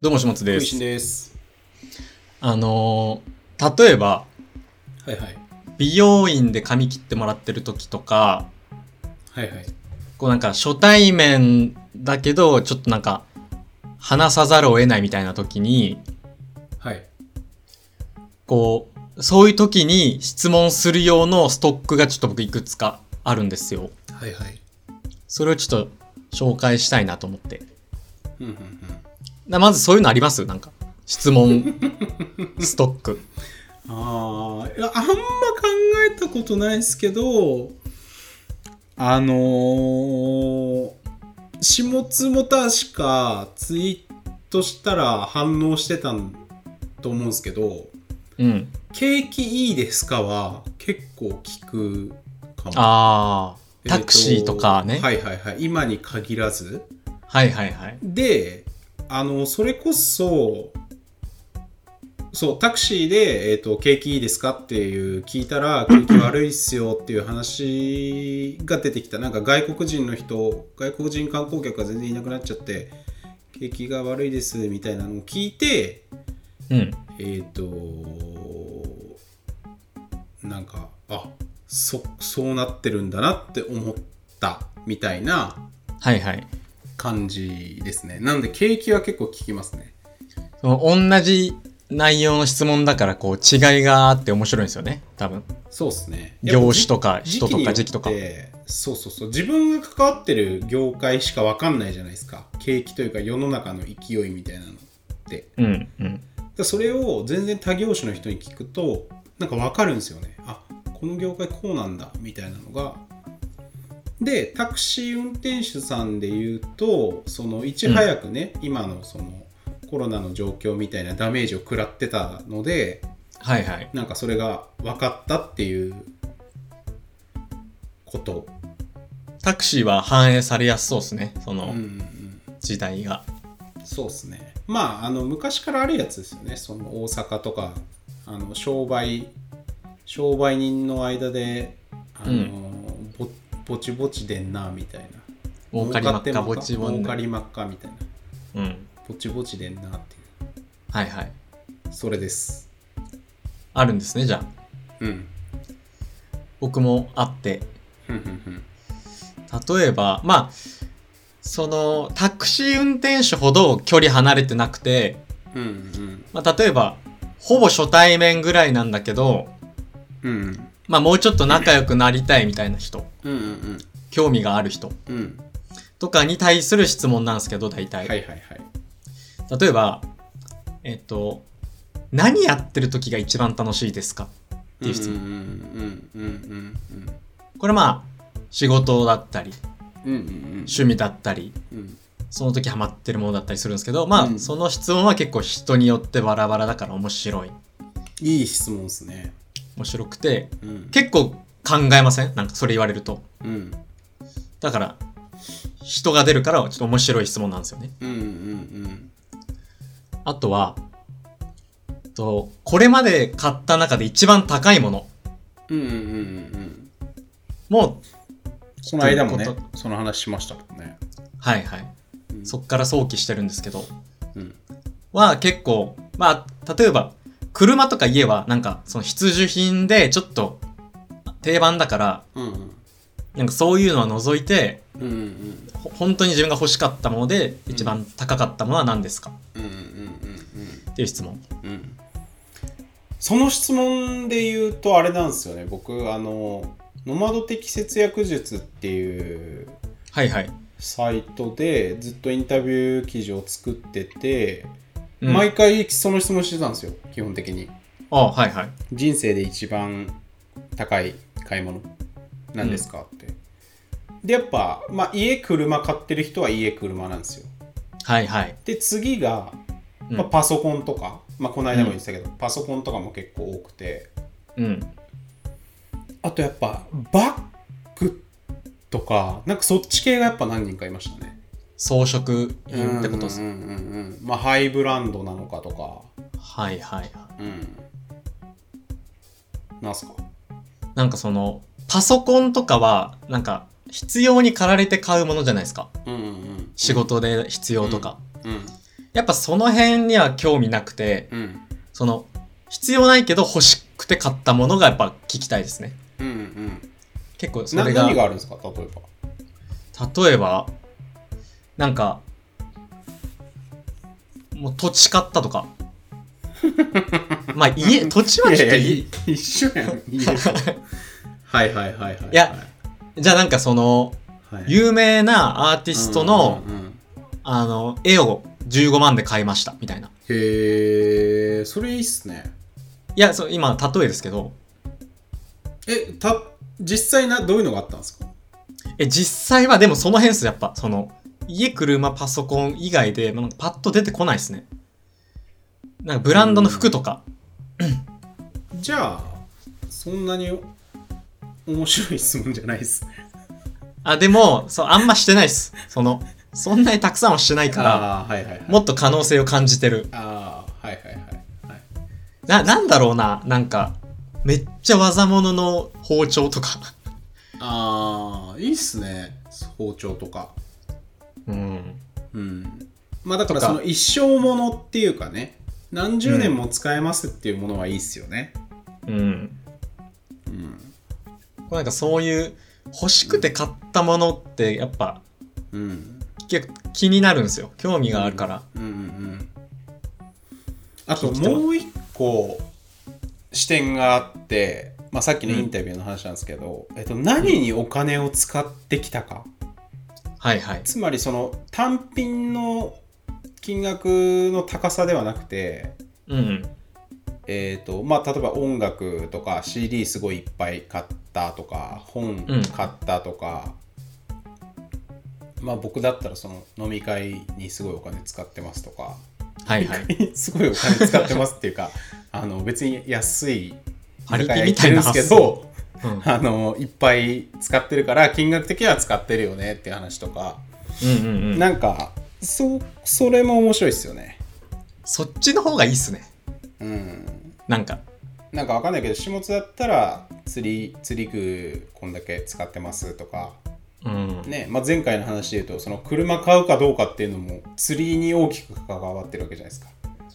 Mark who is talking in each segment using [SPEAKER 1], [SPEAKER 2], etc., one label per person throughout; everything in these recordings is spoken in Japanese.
[SPEAKER 1] どうも、しもつで
[SPEAKER 2] 食いし
[SPEAKER 1] す。
[SPEAKER 2] んです。
[SPEAKER 1] あのー例えば、
[SPEAKER 2] はいはい。
[SPEAKER 1] 美容院で髪切ってもらってる時とか、
[SPEAKER 2] はいはい。
[SPEAKER 1] こうなんか初対面だけど、ちょっとなんか、話さざるを得ないみたいな時に、
[SPEAKER 2] はい。
[SPEAKER 1] こう、そういう時に質問する用のストックがちょっと僕いくつかあるんですよ。
[SPEAKER 2] はいはい。
[SPEAKER 1] それをちょっと紹介したいなと思って。
[SPEAKER 2] うんうん
[SPEAKER 1] なまずそういうのありますなんか、質 問、ストック。
[SPEAKER 2] うん。ああ、いや、あんま考えたことないですけど、あのー、下津も確かツイートしたら反応してたんと思うんですけど、
[SPEAKER 1] うん。
[SPEAKER 2] 景気いいですかは結構聞くかも。
[SPEAKER 1] あ
[SPEAKER 2] え
[SPEAKER 1] ー、
[SPEAKER 2] ーと
[SPEAKER 1] タクシーとかね。
[SPEAKER 2] はいはいはい。今に限らず。
[SPEAKER 1] はいはいはい。
[SPEAKER 2] であのそれこそそうタクシーで、えーと「景気いいですか?」っていう聞いたら「景気悪いっすよ」っていう話が出てきたなんか外国人の人外国人観光客が全然いなくなっちゃって「景気が悪いです」みたいなのを聞いて
[SPEAKER 1] うん。
[SPEAKER 2] えっ、となんかあそそうなってるんだなって思ったみたいな
[SPEAKER 1] はいはい。
[SPEAKER 2] 感じですね。なので、景気は結構効きますね。
[SPEAKER 1] その同じ内容の質問だからこう違いがあって面白いんですよね。多分。
[SPEAKER 2] そうですね。
[SPEAKER 1] 業種とか人と
[SPEAKER 2] によ
[SPEAKER 1] か
[SPEAKER 2] って
[SPEAKER 1] 時期とか。
[SPEAKER 2] そうそうそう。自分が関わってる業界しか分かんないじゃないですか。景気というか世の中の勢いみたいなのって。
[SPEAKER 1] うんうん。
[SPEAKER 2] だからそれを全然他業種の人に聞くと、なんか分かるんですよね。あこの業界こうなんだみたいなのが。で、タクシー運転手さんで言うと、そのいち早くね、今のそのコロナの状況みたいなダメージを食らってたので、
[SPEAKER 1] はいはい。
[SPEAKER 2] なんかそれが分かったっていうこと。
[SPEAKER 1] タクシーは反映されやすそうですね。そ
[SPEAKER 2] うんう
[SPEAKER 1] の
[SPEAKER 2] ん
[SPEAKER 1] 時代が。
[SPEAKER 2] うん、そうですね。まああの昔からあるやつですよね。その大阪とかあの商売商売人の間であの、
[SPEAKER 1] う
[SPEAKER 2] ぼぼちぼちでんなみたいな。
[SPEAKER 1] 儲かりまっか
[SPEAKER 2] 儲
[SPEAKER 1] ぼちぼ
[SPEAKER 2] 儲
[SPEAKER 1] ん
[SPEAKER 2] か
[SPEAKER 1] で。
[SPEAKER 2] りまっかみたいな。
[SPEAKER 1] うん。
[SPEAKER 2] ぼちぼちでんなってい
[SPEAKER 1] はいはい。
[SPEAKER 2] うそれです。
[SPEAKER 1] あるんですね、じゃあ。
[SPEAKER 2] うん。
[SPEAKER 1] 僕もあって。
[SPEAKER 2] ふんふんふん
[SPEAKER 1] 例えば、まあ、そのタクシー運転手ほど距離離れてなくて、
[SPEAKER 2] うんうん
[SPEAKER 1] まあ、例えば、ほぼ初対面ぐらいなんだけど、
[SPEAKER 2] うんうん
[SPEAKER 1] まあもうちょっと仲良くなりたいみたいな人、
[SPEAKER 2] うんうん
[SPEAKER 1] 興味がある人
[SPEAKER 2] うんうん
[SPEAKER 1] とかに対する質問なんですけど、大
[SPEAKER 2] は
[SPEAKER 1] 体。
[SPEAKER 2] いはいはい。
[SPEAKER 1] 例えば、えっと、何やってる時が一番楽しいですかっていう質問。
[SPEAKER 2] うんうんうんうん
[SPEAKER 1] これまあ、仕事だったり、
[SPEAKER 2] うんうんうんうん
[SPEAKER 1] 趣味だったり、
[SPEAKER 2] うん
[SPEAKER 1] その時ハマってるものだったりするんですけど、まあ、
[SPEAKER 2] うん
[SPEAKER 1] その質問は結構人によってバラバラだから面白い。
[SPEAKER 2] いい質問ですね。
[SPEAKER 1] 面白くて、
[SPEAKER 2] うん
[SPEAKER 1] 結構考えませんなんかそれ言われると。
[SPEAKER 2] うん
[SPEAKER 1] だから、人が出るからちょっと面白い質問なんですよね。
[SPEAKER 2] うんうん
[SPEAKER 1] あとは、えっと、これまで買った中で一番高いもの
[SPEAKER 2] うんうんうんうんうん。
[SPEAKER 1] も、
[SPEAKER 2] この間もね
[SPEAKER 1] というこ、
[SPEAKER 2] その話しましたもんね。
[SPEAKER 1] はいはい。
[SPEAKER 2] うん
[SPEAKER 1] そっから想起してるんですけど、
[SPEAKER 2] うん
[SPEAKER 1] は結構、まあ、例えば、車とか家はなんか、その必需品でちょっと定番だから、
[SPEAKER 2] うんうん
[SPEAKER 1] なんかそういうのは除いて、
[SPEAKER 2] うんうん
[SPEAKER 1] ほ本当に自分が欲しかったもので一番高かったものは何ですか
[SPEAKER 2] うんうんうん
[SPEAKER 1] っていう質問。
[SPEAKER 2] うんうん。その質問で言うとあれなんですよね。僕あのノマド的節約術っていう
[SPEAKER 1] はいはい。
[SPEAKER 2] サイトでずっとインタビュー記事を作ってて、
[SPEAKER 1] うん
[SPEAKER 2] 毎回その質問してたんですよ基本的に
[SPEAKER 1] ああはいはい。
[SPEAKER 2] 人生で一番高い買い物なんですか、ってでやっぱ、まあ、家車買ってる人は家車なんですよ
[SPEAKER 1] はいはい。
[SPEAKER 2] で次が、
[SPEAKER 1] うん
[SPEAKER 2] まあ、パソコンとか、まあ、この間も言ってたけど、パソコンとかも結構多くて
[SPEAKER 1] うん。
[SPEAKER 2] あとやっぱバッグとかなんかそっち系がやっぱ何人かいましたね
[SPEAKER 1] 装飾品ってことです。
[SPEAKER 2] うんうんうんうんまあハイブランドなのかとか
[SPEAKER 1] はいはいはい。
[SPEAKER 2] うんなんすか
[SPEAKER 1] なんかそのパソコンとかはなんか必要に駆られて買うものじゃないですか
[SPEAKER 2] うんうんうん
[SPEAKER 1] 仕事で必要とか、
[SPEAKER 2] うん
[SPEAKER 1] やっぱその辺には興味なくて、
[SPEAKER 2] うん
[SPEAKER 1] その、必要ないけど欲しくて買ったものがやっぱ聞きたいですね。
[SPEAKER 2] うんうん
[SPEAKER 1] 結構そ
[SPEAKER 2] な
[SPEAKER 1] れが、
[SPEAKER 2] 何があるんですか例えば
[SPEAKER 1] 例えば、なんか、もう土地買ったと か。まあ家、土地はちょっといい。
[SPEAKER 2] いや一緒やんいいでしょはいはいはい
[SPEAKER 1] い
[SPEAKER 2] はい
[SPEAKER 1] やじゃあなんかその、
[SPEAKER 2] はい
[SPEAKER 1] 有名なアーティストの、
[SPEAKER 2] うんうんうん
[SPEAKER 1] あの、絵を15万で買いました、みたいな。
[SPEAKER 2] へえそれいいっすね
[SPEAKER 1] いや、そう、今、例えですけど、
[SPEAKER 2] えた実際などういうのがあったんですか
[SPEAKER 1] え、実際はでもその辺っす、やっぱ、その、家、車、パソコン以外で、まあなんかパッと出てこないっすね。なんかブランドの服とか、
[SPEAKER 2] じゃあそんなに面白い質問じゃないっすね
[SPEAKER 1] あ、でも、そう、あんましてないっす。その、そんなにたくさんはしてないから、
[SPEAKER 2] ああはいはいはい
[SPEAKER 1] もっと可能性を感じてる。
[SPEAKER 2] ああはいはいはいはい
[SPEAKER 1] な、なんだろうな、なんか、めっちゃ技物の包丁とか。
[SPEAKER 2] ああいいっすね包丁とか
[SPEAKER 1] うん。
[SPEAKER 2] うんまあだから
[SPEAKER 1] とか
[SPEAKER 2] その一生ものっていうかね何十年も使えますっていうものはいいっすよね
[SPEAKER 1] うん。
[SPEAKER 2] うん
[SPEAKER 1] なんかそういう欲しくて買ったものってやっぱ
[SPEAKER 2] うん
[SPEAKER 1] 結構気になるんですよ興味があるから、
[SPEAKER 2] うんうんうんあと
[SPEAKER 1] 聞いてます
[SPEAKER 2] もう一個視点があって、まあ、さっきのインタビューの話なんですけど、えっと、何にお金を使ってきたか、
[SPEAKER 1] はいはい
[SPEAKER 2] つまりその単品の金額の高さではなくて、
[SPEAKER 1] うんうん
[SPEAKER 2] えーとまあ、例えば音楽とか CD すごいいっぱい買ったとか本
[SPEAKER 1] うん
[SPEAKER 2] 買ったとか、まあ、僕だったらその飲み会にすごいお金使ってますとか。
[SPEAKER 1] はいはい
[SPEAKER 2] すごいお金使ってますっていうかあの別に安い
[SPEAKER 1] パリピ
[SPEAKER 2] 居
[SPEAKER 1] みたいな
[SPEAKER 2] 酒屋行ってるんです
[SPEAKER 1] 発
[SPEAKER 2] け
[SPEAKER 1] 想、
[SPEAKER 2] ど
[SPEAKER 1] うんうん
[SPEAKER 2] あのいっぱい使ってるから金額的には使ってるよねっていう話とか、
[SPEAKER 1] うんうん、
[SPEAKER 2] なんかそそれも面白いですよね
[SPEAKER 1] そっちの方がいいっすね
[SPEAKER 2] うん
[SPEAKER 1] なんか
[SPEAKER 2] なんかわかんないけど下津だったら釣り釣り具こんだけ使ってますとか
[SPEAKER 1] うん、
[SPEAKER 2] ね、まあ、前回の話で言うとその車買うかどうかっていうのも釣りに大きく関わってるわけじゃないですか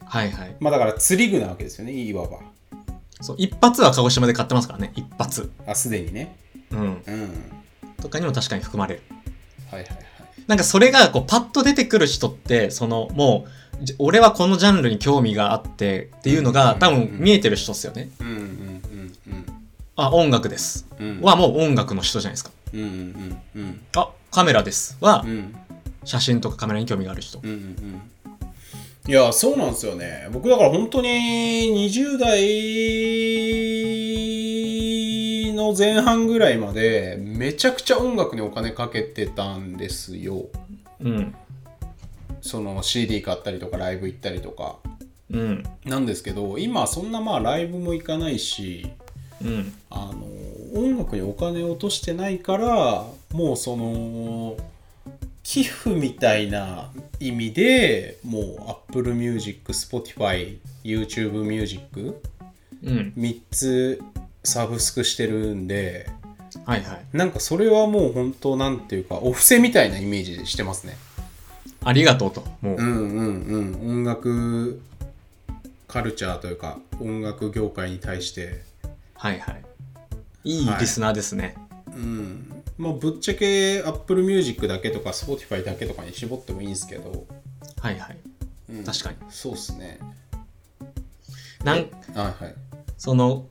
[SPEAKER 1] はいはい
[SPEAKER 2] まあだから釣り具なわけですよねいわば
[SPEAKER 1] そう一発は鹿児島で買ってますからね一発
[SPEAKER 2] あすでにね
[SPEAKER 1] うん
[SPEAKER 2] うん
[SPEAKER 1] とかにも確かに含まれる
[SPEAKER 2] はいはいはい。
[SPEAKER 1] なんかそれがこうパッと出てくる人ってそのもうじ俺はこのジャンルに興味があってっていうのが多分見えてる人っすよね
[SPEAKER 2] うんうん
[SPEAKER 1] あ音楽です
[SPEAKER 2] うんうん。
[SPEAKER 1] はもう音楽の人じゃないですか
[SPEAKER 2] うんうんうんうん
[SPEAKER 1] あカメラですは
[SPEAKER 2] うんうん
[SPEAKER 1] 写真とかカメラに興味がある人
[SPEAKER 2] うんうん。いや、そうなんですよね。僕だから本当に20代の前半ぐらいまでめちゃくちゃ音楽にお金かけてたんですよ。
[SPEAKER 1] うん
[SPEAKER 2] その CD 買ったりとかライブ行ったりとか。
[SPEAKER 1] うん
[SPEAKER 2] なんですけど、今そんなまあライブも行かないし、
[SPEAKER 1] うん
[SPEAKER 2] あの音楽にお金を落としてないからもうその寄付みたいな意味でもう Apple Music、Spotify、YouTube Music
[SPEAKER 1] うん
[SPEAKER 2] 3つサブスクしてるんで
[SPEAKER 1] はいはい
[SPEAKER 2] なんかそれはもう本当なんていうかお布施みたいなイメージしてますね
[SPEAKER 1] ありがとうともう、
[SPEAKER 2] うんうんうん音楽カルチャーというか音楽業界に対して
[SPEAKER 1] はいはいいいリスナーですね、
[SPEAKER 2] うんまあ、ぶっちゃけ Apple Music だけとか Spotify だけとかに絞ってもいいんですけど、
[SPEAKER 1] はい、はい確かに
[SPEAKER 2] そうっすね
[SPEAKER 1] なん
[SPEAKER 2] あはい
[SPEAKER 1] その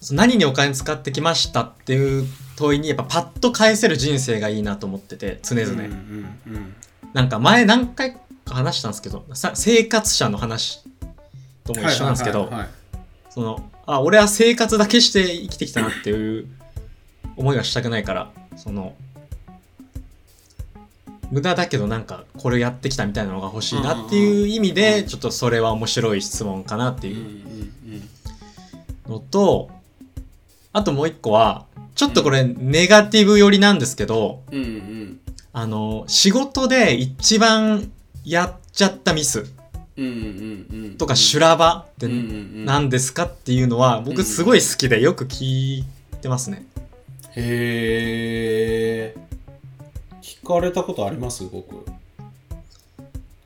[SPEAKER 1] その何にお金使ってきましたっていう問いにやっぱパッと返せる人生がいいなと思ってて常々、
[SPEAKER 2] うんうん
[SPEAKER 1] なんか前何回か話したんですけどさ生活者の話と
[SPEAKER 2] う
[SPEAKER 1] も
[SPEAKER 2] ん
[SPEAKER 1] 一緒なんですけど、
[SPEAKER 2] はいはいはいはい
[SPEAKER 1] そのあ俺は生活だけして生きてきたなっていう思いはしたくないからその無駄だけどなんかこれやってきたみたいなのが欲しいなっていう意味
[SPEAKER 2] うんうん
[SPEAKER 1] で
[SPEAKER 2] うん
[SPEAKER 1] ちょっとそれは面白い質問かなって
[SPEAKER 2] うん
[SPEAKER 1] いう
[SPEAKER 2] うん
[SPEAKER 1] のとあともう一個はちょっとこれネガティブ寄りなんですけど
[SPEAKER 2] うんうん
[SPEAKER 1] あの仕事で一番やっちゃったミス
[SPEAKER 2] うんうんうんうん
[SPEAKER 1] とか修羅場って
[SPEAKER 2] うんうん
[SPEAKER 1] 何
[SPEAKER 2] で
[SPEAKER 1] ですかっていうのは僕すごい好きでよく聞いてますね。
[SPEAKER 2] へえ聞かれたことあります僕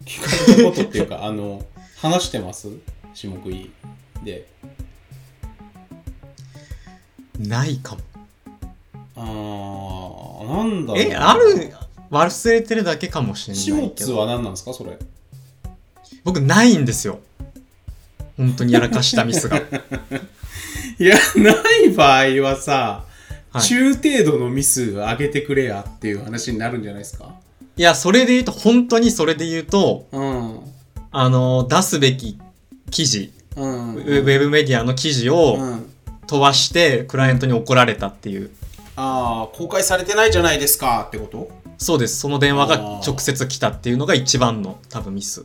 [SPEAKER 2] 聞かれたことっていう かあの話してます下食いで
[SPEAKER 1] ないかも。
[SPEAKER 2] あーなんだろう
[SPEAKER 1] え、ある忘れてるだけかもしれ
[SPEAKER 2] 下
[SPEAKER 1] ないけ
[SPEAKER 2] 津
[SPEAKER 1] ど。
[SPEAKER 2] は何なんですかそれ
[SPEAKER 1] 僕、ないんですよ。本当にやらかしたミス が。
[SPEAKER 2] いやない場合はさ、
[SPEAKER 1] はい
[SPEAKER 2] 中程度のミス上げてくれやっていう話になるんじゃないですか
[SPEAKER 1] いや、それで言うと、本当にそれで言うと、
[SPEAKER 2] うん
[SPEAKER 1] あの、出すべき記事、
[SPEAKER 2] うん
[SPEAKER 1] ウェブウェブメディアの記事
[SPEAKER 2] う
[SPEAKER 1] を
[SPEAKER 2] ん
[SPEAKER 1] 飛ばして、クライアントに怒られたっていう。
[SPEAKER 2] ああ公開されてないじゃないですかってこと
[SPEAKER 1] そうです。その電話が
[SPEAKER 2] あー
[SPEAKER 1] 直接来たっていうのが一番の多分ミス。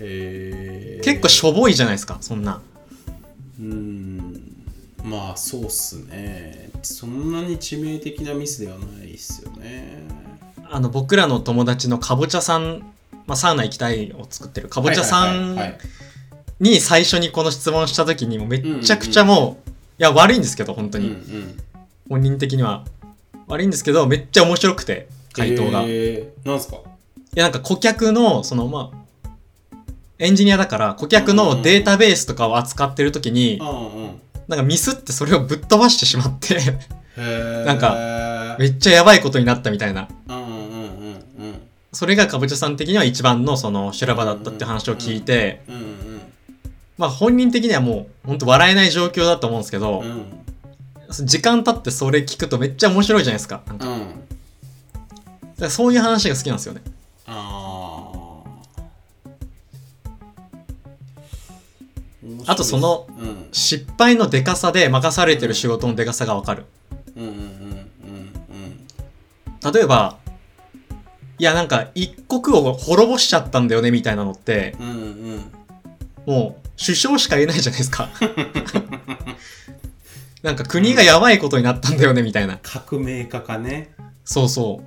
[SPEAKER 2] へえ
[SPEAKER 1] 結構しょぼいじゃないですか、そんな。
[SPEAKER 2] うーんまあそうっすねそんなに致命的なミスではないっすよね
[SPEAKER 1] あの、僕らの友達のかぼちゃさん、まあ、サウナ行きたいを作ってるかぼちゃさん
[SPEAKER 2] はいはいはいはい
[SPEAKER 1] に最初にこの質問した時にもうめっちゃくちゃもう,、いや悪いんですけど本当
[SPEAKER 2] うんう
[SPEAKER 1] に、
[SPEAKER 2] ん
[SPEAKER 1] 本人的には悪いんですけどめっちゃ面白くて回答が、
[SPEAKER 2] え
[SPEAKER 1] い
[SPEAKER 2] ー、なんすか
[SPEAKER 1] やなんか顧客のそのまあエンジニアだから顧客のデータベースとかを扱ってる時に
[SPEAKER 2] うんうん
[SPEAKER 1] なんかミスってそれをぶっ飛ばしてしまって
[SPEAKER 2] へー
[SPEAKER 1] なん
[SPEAKER 2] か
[SPEAKER 1] めっちゃやばいことになったみたいな
[SPEAKER 2] うんうんうんうん
[SPEAKER 1] それがかぼちゃさん的には一番のその修羅場だったって話を聞いて
[SPEAKER 2] うんうん
[SPEAKER 1] まあ本人的にはもう本当笑えない状況だと思うんですけど
[SPEAKER 2] うんうん
[SPEAKER 1] 時間経ってそれ聞くとめっちゃ面白いじゃないですかなんか
[SPEAKER 2] うん
[SPEAKER 1] だからそういう話が好きなんですよね。
[SPEAKER 2] あー
[SPEAKER 1] あとその
[SPEAKER 2] 面白いっす
[SPEAKER 1] 失敗のでかさで任されてる仕事のでかさがわかる。
[SPEAKER 2] うんうんうんうん
[SPEAKER 1] 例えば、いやなんか一国を滅ぼしちゃったんだよねみたいなのって、
[SPEAKER 2] うんうんうんうん
[SPEAKER 1] もう首相しかいないじゃないですか。なんか国がやばいことになったんだよねみたいな。
[SPEAKER 2] 革命家かね
[SPEAKER 1] そうそ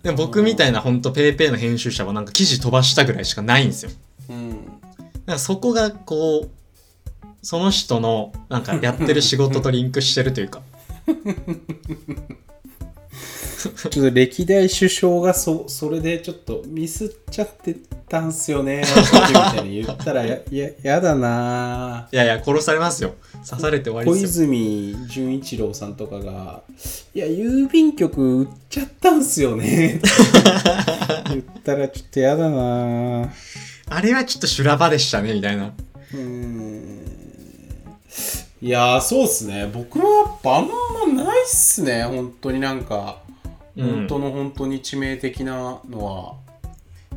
[SPEAKER 1] う。でも僕みたいなほんと PayPay の編集者はなんか記事飛ばしたぐらいしかないんですよ。
[SPEAKER 2] うん
[SPEAKER 1] だからそこがこう、その人のなんかやってる仕事とリンクしてるというか。
[SPEAKER 2] ちょっと歴代首相がそそれでちょっとミスっちゃってたんすよねみたいに言ったらや ややだない
[SPEAKER 1] やいや、殺されますよ。刺されて終わり
[SPEAKER 2] 小
[SPEAKER 1] ですよ。
[SPEAKER 2] 泉純一郎さんとかが「いや郵便局売っちゃったんす よね」って言ったらちょっとやだな
[SPEAKER 1] あれはちょっと修羅場でしたね、みたいな。
[SPEAKER 2] うーんいやーそうっすね僕はやっぱあんまないっすね本当になんか、
[SPEAKER 1] うん
[SPEAKER 2] 本当の本当に致命的なのは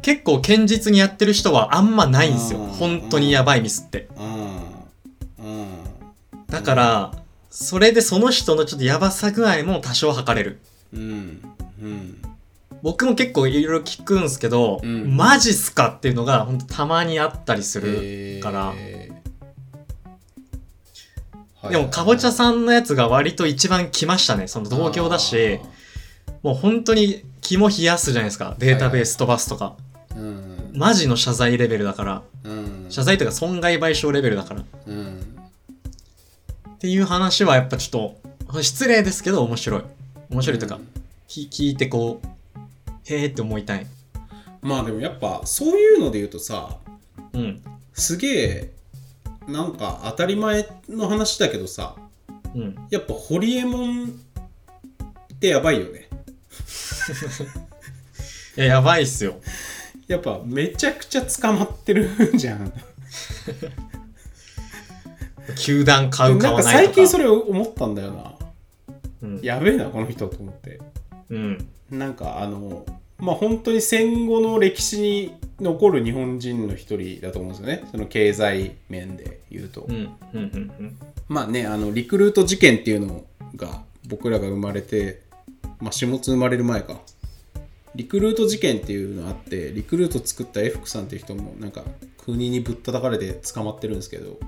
[SPEAKER 1] 結構堅実にやってる人はあんまないんですよ。
[SPEAKER 2] うん
[SPEAKER 1] 本当にやばいミスって。
[SPEAKER 2] うんうん
[SPEAKER 1] だから、それでその人のちょっとやばさ具合も多少測れる。
[SPEAKER 2] うんうん
[SPEAKER 1] 僕も結構いろいろ聞くんですけど、
[SPEAKER 2] うん
[SPEAKER 1] マジっすかっていうのが本当たまにあったりする。
[SPEAKER 2] えー
[SPEAKER 1] から
[SPEAKER 2] はい
[SPEAKER 1] でも、かぼちゃさんのやつが割と一番来ましたね。その同業だし、もう本当に肝冷やすじゃないですか。データベース飛ばすとか。
[SPEAKER 2] あーうん
[SPEAKER 1] マジの謝罪レベルだから。
[SPEAKER 2] うん
[SPEAKER 1] 謝罪というか損害賠償レベルだから。
[SPEAKER 2] うん
[SPEAKER 1] っていう話はやっぱちょっと失礼ですけど面白い面白いというか、
[SPEAKER 2] ん
[SPEAKER 1] き聞いてこうへーって思いたい
[SPEAKER 2] まあでもやっぱそういうので言うとさ
[SPEAKER 1] うん
[SPEAKER 2] すげえなんか当たり前の話だけどさ
[SPEAKER 1] うん
[SPEAKER 2] やっぱホリエモンってやばいよね
[SPEAKER 1] いややばいっすよ
[SPEAKER 2] やっぱめちゃくちゃ捕まってるじゃん
[SPEAKER 1] 球団買う買
[SPEAKER 2] なん
[SPEAKER 1] わ
[SPEAKER 2] か
[SPEAKER 1] ない
[SPEAKER 2] 最
[SPEAKER 1] とか
[SPEAKER 2] 近それ思ったんだよな
[SPEAKER 1] うん、
[SPEAKER 2] やべえなこの人と思って
[SPEAKER 1] うん、
[SPEAKER 2] なんかあのまあ本当に戦後の歴史に残る日本人の一人だと思うんですよねその経済面で言うと、
[SPEAKER 1] うんうんうんうん
[SPEAKER 2] まあねあのリクルート事件っていうのが僕らが生まれてまあ下津生まれる前かリクルート事件っていうのあってリクルート作ったエフクさんっていう人もなんか国にぶったたかれて捕まってるんです けど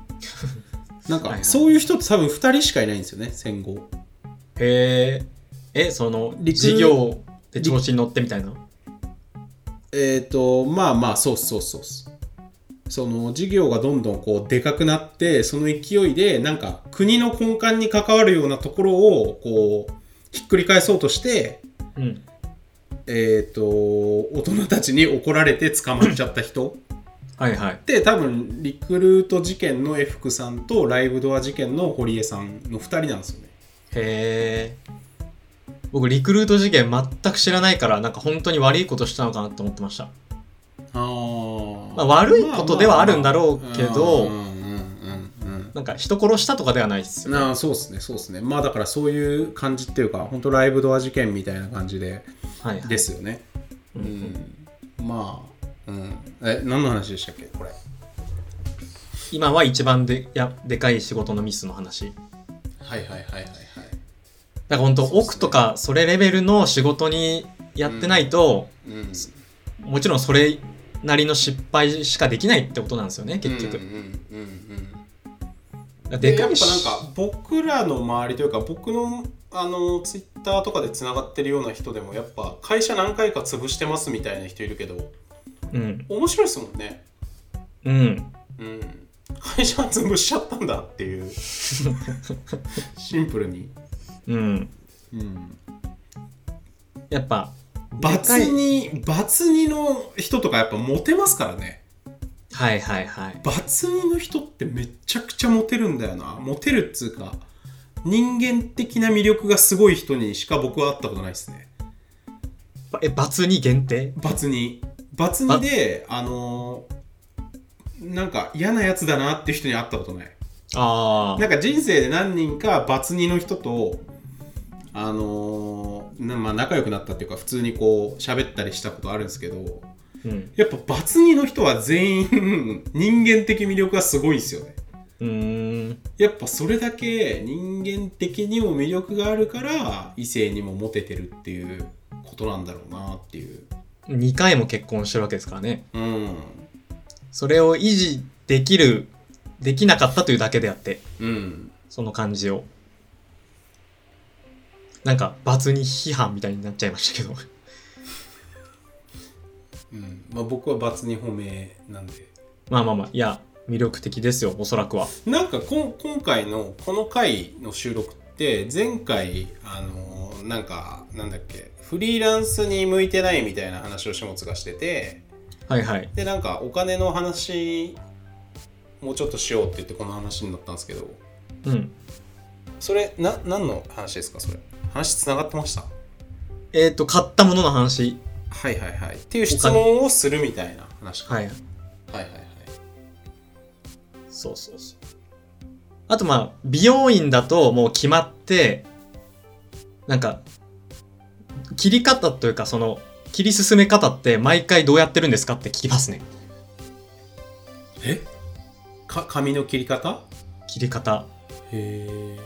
[SPEAKER 2] なん
[SPEAKER 1] はいは
[SPEAKER 2] か
[SPEAKER 1] い
[SPEAKER 2] そういう人って多分2人しかいないんですよね戦後
[SPEAKER 1] へええその
[SPEAKER 2] 陸
[SPEAKER 1] 事業で調子に乗ってみたいな
[SPEAKER 2] えっ、とまあまあそうっすそうっすそうっすその事業がどんどんこうでかくなってその勢いでなんか国の根幹に関わるようなところをこうひっくり返そうとして
[SPEAKER 1] うん
[SPEAKER 2] えっ、と、大人たちに怒られて捕まっちゃった人
[SPEAKER 1] はいはい。
[SPEAKER 2] で多分リクルート事件の F クさんとライブドア事件の堀江さんの2人なんですよね
[SPEAKER 1] へー僕、リクルート事件全く知らないから、なんか本当に悪いことしたのかなと思ってました。
[SPEAKER 2] あ、
[SPEAKER 1] まあ悪いことではあるんだろうけど
[SPEAKER 2] まあまあうんうんうんうん
[SPEAKER 1] なんか人殺したとかではないです
[SPEAKER 2] うん
[SPEAKER 1] よ。
[SPEAKER 2] なあそうですねそうですねまあだからそういう感じっていうか本当ライブドア事件みたいな感じで
[SPEAKER 1] はいはい。
[SPEAKER 2] ですよね
[SPEAKER 1] う
[SPEAKER 2] うんんまあうん、え何の話でしたっけこれ
[SPEAKER 1] 今は一番でやでかい仕事のミスの話。
[SPEAKER 2] はいはいはいはいはい
[SPEAKER 1] だから本当、
[SPEAKER 2] そうっすね
[SPEAKER 1] 奥とかそれレベルの仕事にやってないと、
[SPEAKER 2] うん
[SPEAKER 1] もちろんそれなりの失敗しかできないってことなんですよね、結局。
[SPEAKER 2] うんうんうん
[SPEAKER 1] だから
[SPEAKER 2] で
[SPEAKER 1] でか
[SPEAKER 2] やっ
[SPEAKER 1] いし
[SPEAKER 2] ぱなんか僕らの周りというか僕のあのツイッターとかでつながってるような人でもやっぱ会社何回か潰してますみたいな人いるけど
[SPEAKER 1] うん。
[SPEAKER 2] 面白いですもんね
[SPEAKER 1] うん。
[SPEAKER 2] うん会社潰しちゃったんだっていう シンプルに、
[SPEAKER 1] うん。
[SPEAKER 2] うん、
[SPEAKER 1] やっぱ、
[SPEAKER 2] バツにバツにの人とかやっぱモテますからね
[SPEAKER 1] はいはいはい。
[SPEAKER 2] バツにの人ってめちゃくちゃモテるんだよなモテるっつうか人間的な魅力がすごい人にしか僕は会ったことないですね
[SPEAKER 1] ばえ、罰に限定
[SPEAKER 2] バツにバツにであのーなんか嫌なやつだなっていう人に会ったことない
[SPEAKER 1] ああ。
[SPEAKER 2] なんか人生で何人かバツ2の人とあのーなまあ、仲良くなったっていうか普通にこう喋ったりしたことあるんですけど
[SPEAKER 1] うん。
[SPEAKER 2] やっぱバツ2の人は全員 人間的魅力がすごいんですよね
[SPEAKER 1] うーん。
[SPEAKER 2] やっぱそれだけ人間的にも魅力があるから異性にもモテてるっていうことなんだろうなっていう
[SPEAKER 1] 2回も結婚してるわけですからね。
[SPEAKER 2] うん
[SPEAKER 1] それを維持できる、できなかったというだけであって、
[SPEAKER 2] うん
[SPEAKER 1] その感じを。なんか、罰に批判みたいになっちゃいましたけど。
[SPEAKER 2] うんまあ、僕は罰に褒めなんで
[SPEAKER 1] まあまあまあ、いや、魅力的ですよ、おそらくは。
[SPEAKER 2] なんかこん今回のこの回の収録って前回あのーなんかなんだっけフリーランスに向いてないみたいな話を下津がしてて
[SPEAKER 1] はいはい。
[SPEAKER 2] でなんかお金の話もうちょっとしようって言ってこの話になったんですけど
[SPEAKER 1] うん。
[SPEAKER 2] それな何の話ですかそれ話つながってました
[SPEAKER 1] えっ、と、買ったものの話。
[SPEAKER 2] はいはいはいっていう質問をするみたいな話か、
[SPEAKER 1] はい。
[SPEAKER 2] はいはいはい
[SPEAKER 1] そうそうそう。あとまあ、美容院だともう決まって、なんか、切り方というか、その、切り進め方って毎回どうやってるんですかって聞きますね。
[SPEAKER 2] えか髪の切り方
[SPEAKER 1] 切り方。
[SPEAKER 2] へえ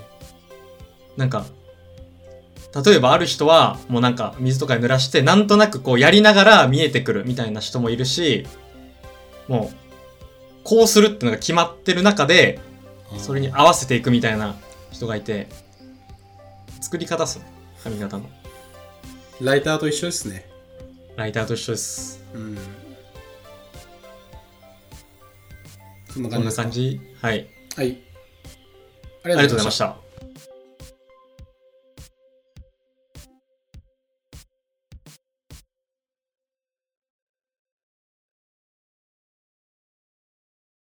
[SPEAKER 1] なんか、例えばある人はもうなんか水とかに濡らしてなんとなくこうやりながら見えてくるみたいな人もいるし、もう、こうするってのが決まってる中で、それに合わせていくみたいな人がいて、作り方っすね。髪型の。
[SPEAKER 2] ライターと一緒ですね
[SPEAKER 1] ライターと一緒です。
[SPEAKER 2] うんそんな
[SPEAKER 1] こん
[SPEAKER 2] 感じで
[SPEAKER 1] な
[SPEAKER 2] すか
[SPEAKER 1] 感じ。はい。あ
[SPEAKER 2] はい。あり
[SPEAKER 1] りがとうご
[SPEAKER 2] がとうご
[SPEAKER 1] ざ
[SPEAKER 2] ざ
[SPEAKER 1] い
[SPEAKER 2] い
[SPEAKER 1] ま
[SPEAKER 2] ま
[SPEAKER 1] し。
[SPEAKER 2] した